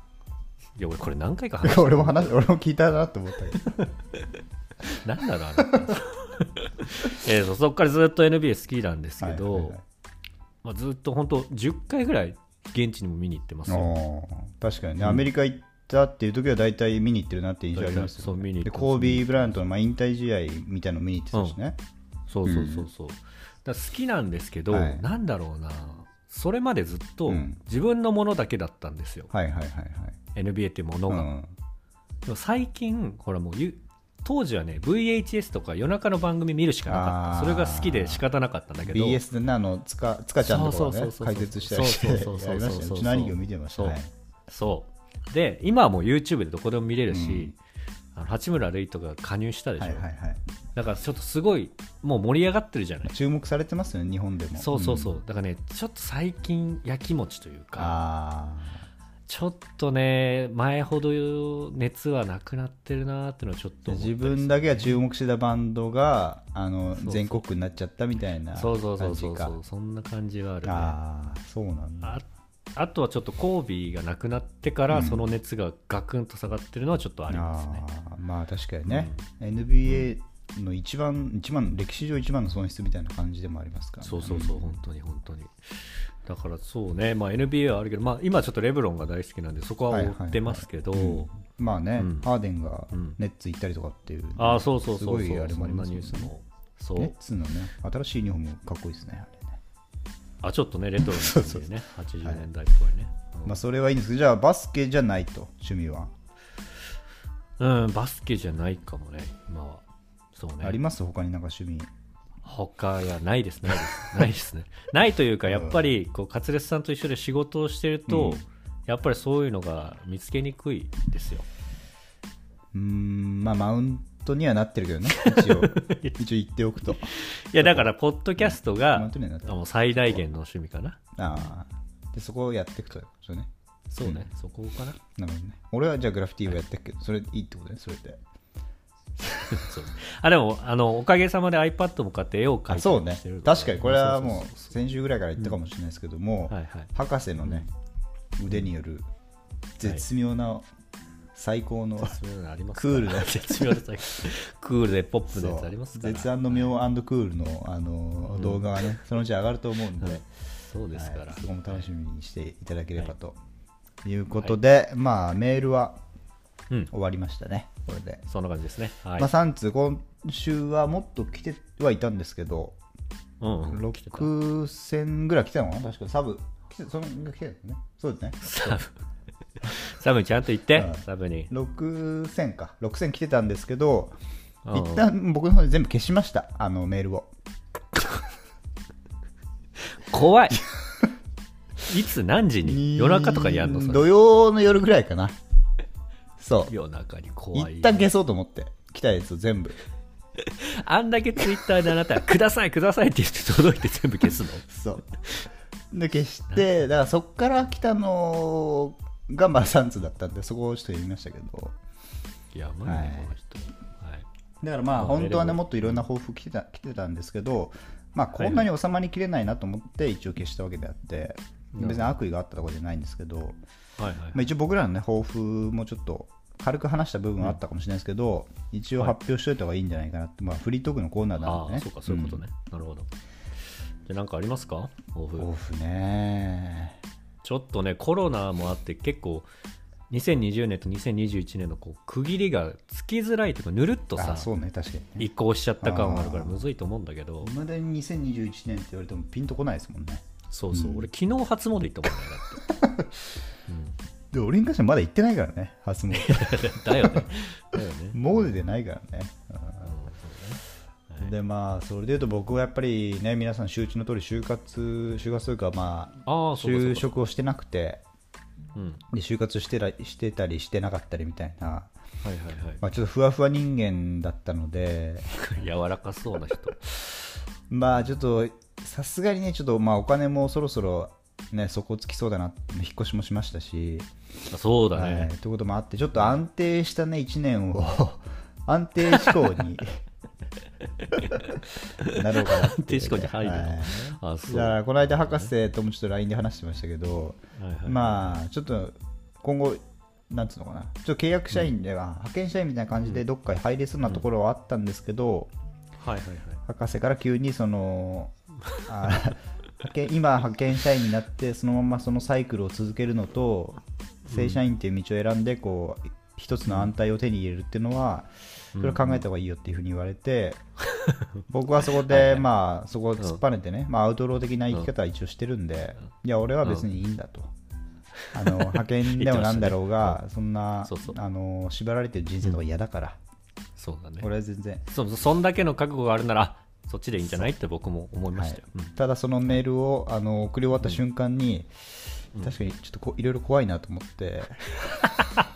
や俺これ何回か話 <laughs> 俺も話俺も聞いたなと思ったけどなんだろうあれ <laughs> えーそうそこからずっと NBA 好きなんですけど、はいはいはいまあ、ずっと本当10回ぐらい現地にも見に行ってますよおー確かにね、アメリカ行ったっていう時は大体見に行ってるなって印象ありますよ、ね、そう見に行ってでますコービー・ブライアントのまあ引退試合みたいなの見に行ってたしね、そうそうそうそう、だから好きなんですけど、はいなんだろうなそれまでずっとうん自分のものだけだったんですよ、はいはいはいはい NBA っていうものうが、んでも最近ほらもうゆ当時はね VHS とか夜中の番組見るしかなかったあーそれが好きで仕方なかったんだけど BS でねあのつかつかちゃんとかそうねそうそうそう解説したりしてそうそうそうそうやりましたようちの兄貴を見てましたそうねそうで今はもう YouTube でどこでも見れるし、あの八村塁とか加入したでしょ、はいはいはいはいだからちょっとすごいもう盛り上がってるじゃない注目されてますよね日本でもそうそうそうう、だからねちょっと最近やきもちというかあちょっとね前ほど熱はなくなってるなーっていうのはちょっあと思ったり自分だけが注目してたバンドがあのそう全国区になっちゃったみたいなそう感じかそうそうそうそうそんな感じはあるねあああそうなんだあとはちょっとコービーがなくなってから、うんその熱がガクンと下がってるのはちょっとありますねあーまあ確かにね、NBA の一番一番歴史上一番の損失みたいな感じでもありますからね、そうそうそう、本当に本当に。だからそうね、まあ、NBA はあるけど、まあ、今ちょっとレブロンが大好きなんで、そこは追ってますけど、うんまあね、うんハーデンがうんネッツ行ったりとかっていう、ああ、そうそうそうそう、すごいあれもそありんなますニューよスねも。そネうッツのね新しいユニフォームかっこいいですねあれねあちょっとね、レトロな感じでね、80年代っぽいね、うんまあそれはいいんですけどじゃあバスケじゃないと趣味は、うん、バスケじゃないかもね、今は。そうありね、ます他になんか趣味他がないです、ないです、ないですね。ないというか、やっぱりこう、勝烈さんと一緒で仕事をしてると、うんやっぱりそういうのが見つけにくいですよ。うーんまあマウントにはなってるけどね <laughs> 一応一応言っておくといや、だから、ポッドキャストマウがントにはなってるもう最大限の趣味かな。ああでそこをやっていくとそうねそうね、そこかな。なるほどね。俺はじゃあグラフィティをやってるけど、それいいってことね、それで。 <laughs> そうあでもあの、おかげさまで iPad も買って絵を描いてそうね。確かにこれはもそう、うそう先週ぐらいから言ったかもしれないですけども、そうはいはい、博士のね、腕による絶妙な、最高の、そういうのありますクールな絶妙なタイプクールでポップなやつありますから絶案の妙クールのあの動画はね、そのうち上がると思うんで、そうですから、はいそこも楽しみにしていただければということで、まあ、メールはうん、終わりましたね、これで。そんな感じですね。はいまあ、3通、今週はもっと来てはいたんですけど、うんうん、来てた6000ぐらい来たのかな確かサブ来てその来てたよねそうですねサブサブにちゃんと言って、うんサブに。 6000か6000来てたんですけどうん一旦僕の方で全部消しましたあのメールを <laughs> 怖い。いつ何時に夜中とかにやるのうそんれ土曜の夜ぐらい <laughs> かなそう夜中に怖い。一旦消そうと思って来たやつを全部あんだけツイッターであなた、ください、くださいって言って届いて全部消すの。そうで消してだからそっから来たのがまあ3通だったんでそこをちょっと読みましたけどやばいはいね、この人。はい。だからまああ本当はメーねルももっといろんな抱負来てた来てたんですけど、まあ、こんなに収まりきれないなと思って一応消したわけであってうん別に悪意があったとかじゃないんですけど、はいはいまあ、一応僕らのね抱負もちょっと軽く話した部分はあったかもしれないですけど、一応発表しといた方がいいんじゃないかなって、まあ、フリートークのコーナーなあんであ、ねそうか、そういうことね。なるほど。じゃあ、なんかありますか抱うん負抱負ねちょっとね、コロナもあって、結構、2020年と2021年のこう区切りがつきづらいというか、ぬるっとあさ、そうね確かにね移行しちゃった感があるから、あーむずいと思うんだけどい、まだに2021年って言われてもピンとこないですもんねそうそう、俺、昨日初詣行ったもんね、で俺に関してはまだ行ってないからね初詣 <laughs> だよね。だよね。もう出てないからね、うんはいでまあそれでいうと僕はやっぱりね皆さん周知の通り就活就活というかまあああ、そうかそう就か職をしてなくてうん。で就活してらしてたりしてなかったりみたいな、はいはいはい。まあ、ちょっとふわふわ人間だったので <laughs> 柔らかそうな人。まあちょっとさすがにねちょっとまあお金もそろそろね底つきそうだな引っ越しもしましたし、あそうだはい、ね。ということもあってちょっと安定したね1年を安定志向 <laughs> になろうかなって安いう定志向に入るのはいあそう。だかはらこの間博士ともちょっと LINE で話してましたけど、いはい、まあちょっと今後なんつうのかなちょっと契約社員では、派遣社員みたいな感じでどっかに入れそうなところはあったんですけど、はいはいはい。博士から急にそのあ派 <laughs> 遣今派遣社員になってそのままそのサイクルを続けるのと正社員っていう道を選んでこう一つの安泰を手に入れるっていうのはそれは考えた方がいいよっていうふうに言われ <laughs> て、僕はそこでまあそこを突っぱねてね、まあ、アウトロー的な生き方は一応してるんで、いや俺は別にいいんだと、あの派遣でもなんだろ <laughs> うが、そんなそうそうあの縛られてる人生とか嫌だから、そうだね。俺は全然そそんだけの覚悟があるなら、あそっちでいいんじゃないって僕も思いましたよ。はい、ただそのメールをあの送り終わった瞬間に、確かにちょっとこいろいろ怖いなと思って、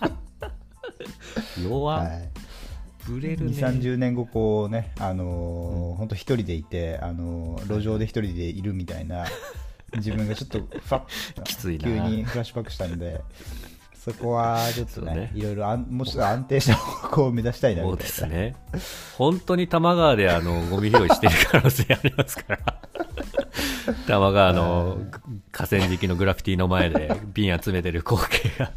うん弱、はい、ぶれる2ね。三3 0年後こうねあの本当一人でいてあのー路上で一人でいるみたいな自分がちょっとファッきついな急にフラッシュバックしたんでそこはちょっとそうねねいろいろあんもうちょっと安定した方向を目指したいなそみうたいでなすね。本当に多摩川であのゴミ拾いしてる可能性ありますから。 <laughs> 多摩川の河川敷のグラフィティの前で瓶集めてる光景が。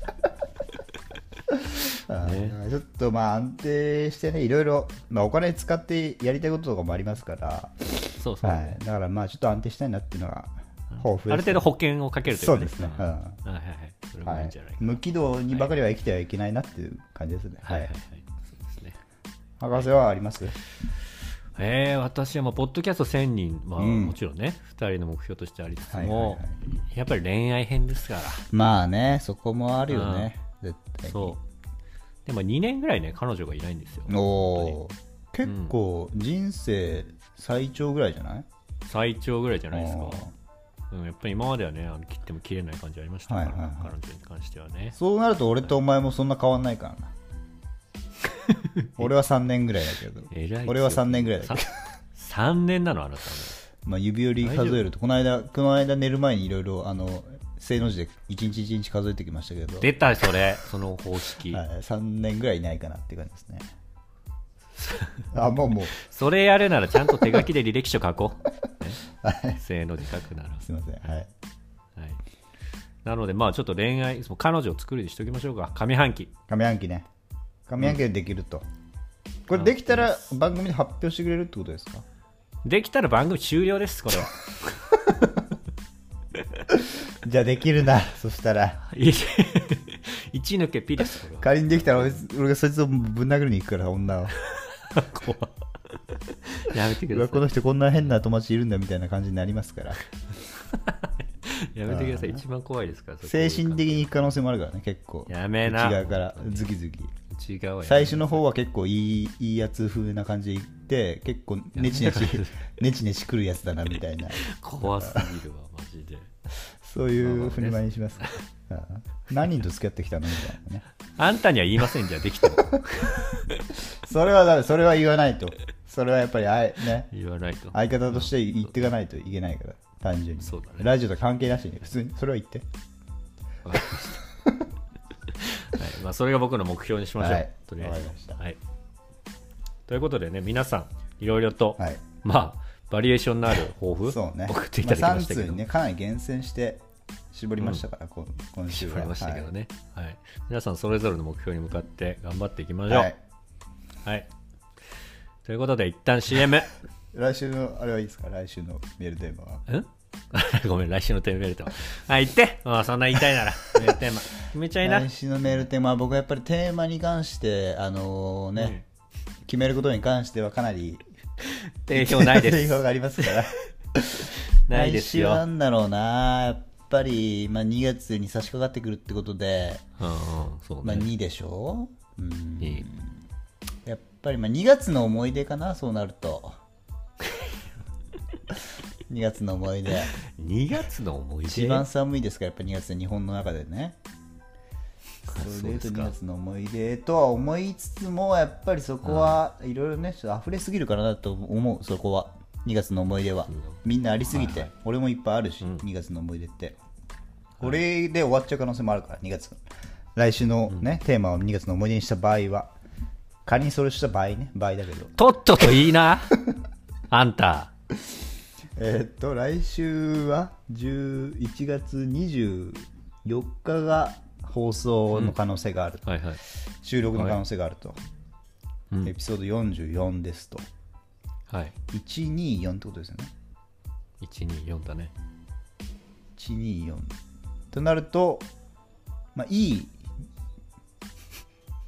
あーねだからちょっとまあ安定してねいろいろ、まあ、お金使ってやりたいこととかもありますからそうそう。はい、だからまあちょっと安定したいなっていうのが抱負ある程度度保険をかけるというそうですね、うはいんはいはい。それもはいいんいじゃない、かな。無軌道にばかりは生きてはいけないなっていう感じですね、ははいいはいはい。そうですね。博士はありますえー、私は、まあ、ポッドキャスト1000人は、うんもちろんね、2人の目標としてありつつはいはいも、はやっぱり恋愛編ですから、まあねそこもあるよね、絶対そう。でも2年ぐらいね、彼女がいないんですよ。おー結構人生最長ぐらいじゃない、最長ぐらいじゃないですかあ。ーうん、やっぱり今まではね、あの切っても切れない感じありましたから、はいはいはい彼女に関してはね。そうなると俺とお前もそんな変わんないから <laughs> な俺は3年ぐらいだけどえらい。俺は3年ぐらいだけど3年なの、あなたも。まあ、指折り数えるとこの間この間寝る前にいろいろあの正の字で一日一日数えてきましたけど、出た、それ、その方式。はい、3年ぐらいいないかなっていう感じ <laughs> ですねあもう <laughs> もうそれやるなら、ちゃんと手書きで履歴書書こう。ね、せーので書くなら。すいませんははいい、なので、まあちょっと恋愛、その彼女を作るにしときましょうか、上半期。上半期ね上半期でできると、これできたら番組で発表してくれるってことですかできたら番組終了です、これは。じゃあできるな <laughs> そしたらい <laughs> 一抜けピです、これは。仮にできたら俺俺がそいつをぶん殴りに行くから <laughs> 女を怖やめてくうだわさこい。の人こんな変な友達いるんだみたいな感じになりますからやめてください、うん一番怖いですから。そこ精神的に行く可能性もあるからね結構やめな内側からズキズキ違うわよ最初の方は結構いいいいやつ風な感じで行って結構ネチネチネチネチくるやつだなみたいな怖すぎるわ、マジで。そういう振り舞いにしますうん何人と付き合ってきたのみたいなねあんたには言いませんじゃあできてもそれはダメそれは言わないとそれはやっぱりあいね言わないと。相方として言っていかないといけないから単純にそうだねラジオと関係なしに普通にそれは言ってわかりました。はい、まあそれが僕の目標にしましょう。はいとりあえわかずりましたはい。ということでね、皆さん、いろいろと、はいまあ、バリエーションのある抱負、そうね送っていただきましたけど、あ三通にねかなり厳選して絞りましたから、こん今週は絞りましたけどね、はい。皆さん、それぞれの目標に向かって頑張っていきましょう。ははいはいい。ということで、一旦 CM。ん <laughs> 来週のあれはいいですか来週のメールテーマは <laughs> ごめん、来週のテーマベルト。はい、言って、まあ、そんな言いたいなら、メールテーマ、決めちゃいな来。週のメールテーマは僕はやっぱりテーマに関してあのね、決めることに関してはかなり定評ない <laughs> で定す。評がありますからないですよ来週なんだろうなやっぱり、まあ、2月に差し掛かってくるってことで、うんうん、そうまあ、ね。 2でしょうんいいやっぱり、まあ、2月の思い出かなそうなる <laughs> と2月の思い出2月の思い出一番寒いですからやっぱ2月日本の中でねあそそうれでとす2か月の思い出とは思いつつもやっぱりそこはいろいろねちょっと溢れすぎるからなと思うそこは2月の思い出はみんなありすぎて、俺もいっぱいあるし、2月の思い出ってこれで終わっちゃう可能性もあるから2月来週のね、テーマを2月の思い出にした場合は仮にそれした場合ね場合だけどとっとといいな <laughs> あんたえーっと来週は11月24日が放送の可能性があると、はいはい収録の可能性があると、うんエピソード44ですとはい124ってことですよね124だね124となるとまあいい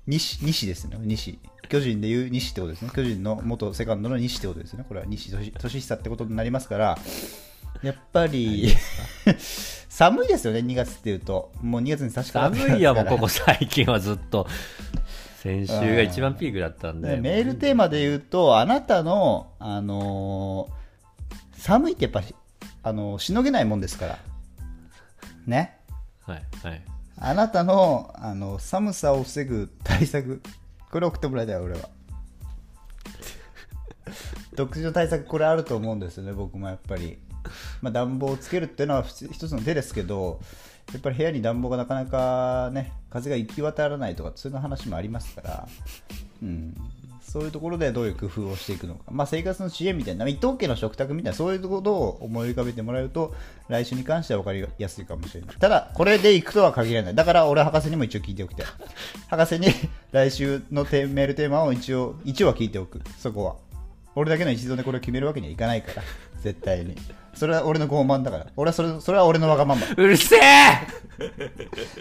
西西ですね西巨人でいう西ってことですね巨人の元セカンドの西ってことですねこれは西俊俊久ってことになりますからやっぱり寒いですよね2月っていうともう2月に差し掛かって寒いよもまうすからここ最近はずっと先週が一番ピークだったんねでメールテーマで言うと、あなたの、あのー寒いってやっぱし、あのーしのげないもんですから、ね、はいはいあなたの、あのー寒さを防ぐ対策、これ送ってもらいたい、俺は。独自の対策、これあると思うんですよね、僕もやっぱり。まあ、暖房をつけるっていうのは普通一つの手ですけど、やっぱり部屋に暖房がなかなかね、風が行き渡らないとか、そういう話もありますから。うん、そういうところでどういう工夫をしていくのか、まあ、生活の知恵みたいな、伊藤家の食卓みたいな、そういうことを思い浮かべてもらえると、来週に関しては分かりやすいかもしれない。ただ、これでいくとは限らない。だから、俺、博士にも一応聞いておきたい。博士に <laughs> 来週のテーメールテーマを一応、一応は聞いておく、そこは。俺だけの一存でこれを決めるわけにはいかないから、絶対に。それは俺の傲慢だから。俺はそれ、それは俺のわがまま。うるせえ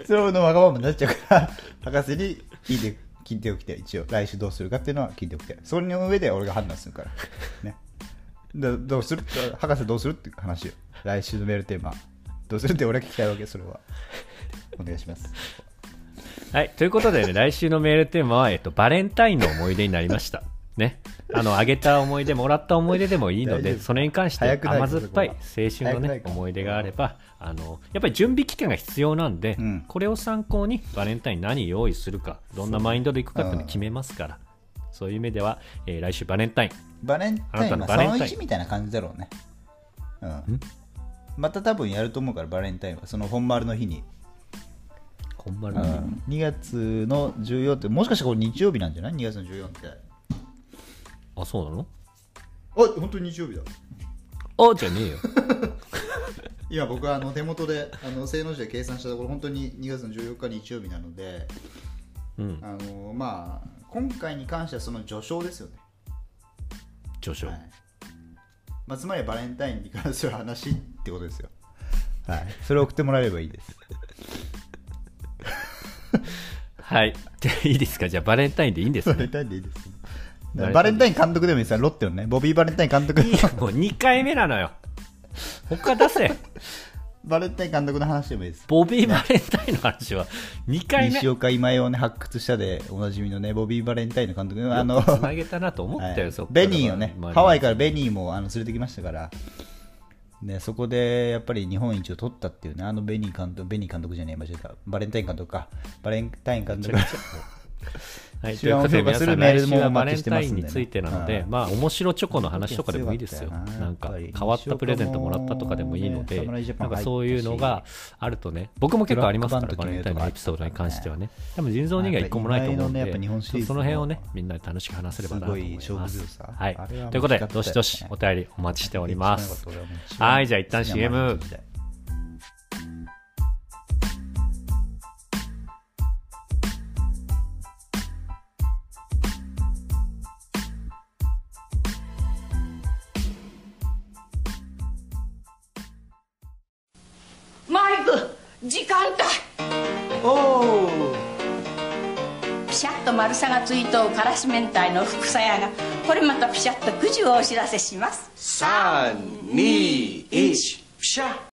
それは俺のわがままになっちゃうから、博士に聞いて、聞いておきたい。一応、来週どうするかっていうのは聞いておきたい。それの上で俺が判断す <laughs> るから。ね。だどうする博士どうするっていう話よ。来週のメールテーマ。どうするって俺が聞きたいわけ、それは。お願いします。はいということでね <laughs> 来週のメールテーマは、えっと、バレンタインの思い出になりましたねあのあげた思い出もらった思い出でもいいの大で丈夫それに関して早くない甘酸っぱいそ青こは春の早くないねか思い出があればあのやっぱり準備期間が必要なんで、うんこれを参考にバレンタイン何用意するかどんなマインドでいくかっていうのうんを決めますからそういう目では、えー来週バレンタインバレンタイあンなたのはそバレンタのイン1みたいな感じだろうね。うん。また多分やると思うから、バレンタインは。その本丸の日に。ほんまに、うん、2月の14って、もしかしてこれ日曜日なんじゃない ?2 月の14って。あ、あそうなの本当に日曜日だ。あじゃねえよ今僕はあの手元であの正の字で計算したところ本当に2月の14日日曜日なのでうんあのまあ今回に関してはその序章ですよね、序章、はいまあ、つまりバレンタインに関する話ってことですよはいそれを送ってもらえればいい <laughs> ですはいじゃあいいですかじゃあバレンタインでいいんですバねレンタインでいいですバレンタインでバレンタイン監督でもいいですよロッ <laughs> テのねボビー・バレンタイン監督のいやもう2回目なのよ他出せバレンタイン監督の話でもいいです。ボビー・バレンタインの話は2回目西岡今井をね、発掘したで、おなじみのね、ボビー・バレンタインの監督の、ああの、のつなげたなと思ったよ、はいそっからベニーをね、ハワイからベニーもあの連れてきましたから、ね、そこでやっぱり日本一を取ったっていうね、あのベニー監督、ベニー監督じゃねえ、間違えた、バレンタイン監督か、バレンタイン監督が、はい、と一いう番ことで皆さ評価するんメー来週ルもはおバレン待ちしてタまイすンんでにねついてなのはでいまあ面白チョコの話とかでもいいですよ強かったよななんかやっぱり変わったプレゼントもらったとかでもいいので西岡もね侍ジャパなンんか入ったしそういうのがあるとね僕も結構ありますからブバラレンックタバインのンドのエピソードに関してはね多分人造人間は一個もないと思うんやっぱでり意外のねやっぱ日本シそリーズの辺をねみんなで楽しく話せればなと思いすごいま勝す負強さはいあれはということで面白かったよねどしどしお便りお待ちしており <laughs> ます一番良かったはいじゃあ一旦 CM マイク時間帯おおピシャッと丸さがついとうからし明太の福さやがこれまたピシャッとくじをお知らせします321ピシャ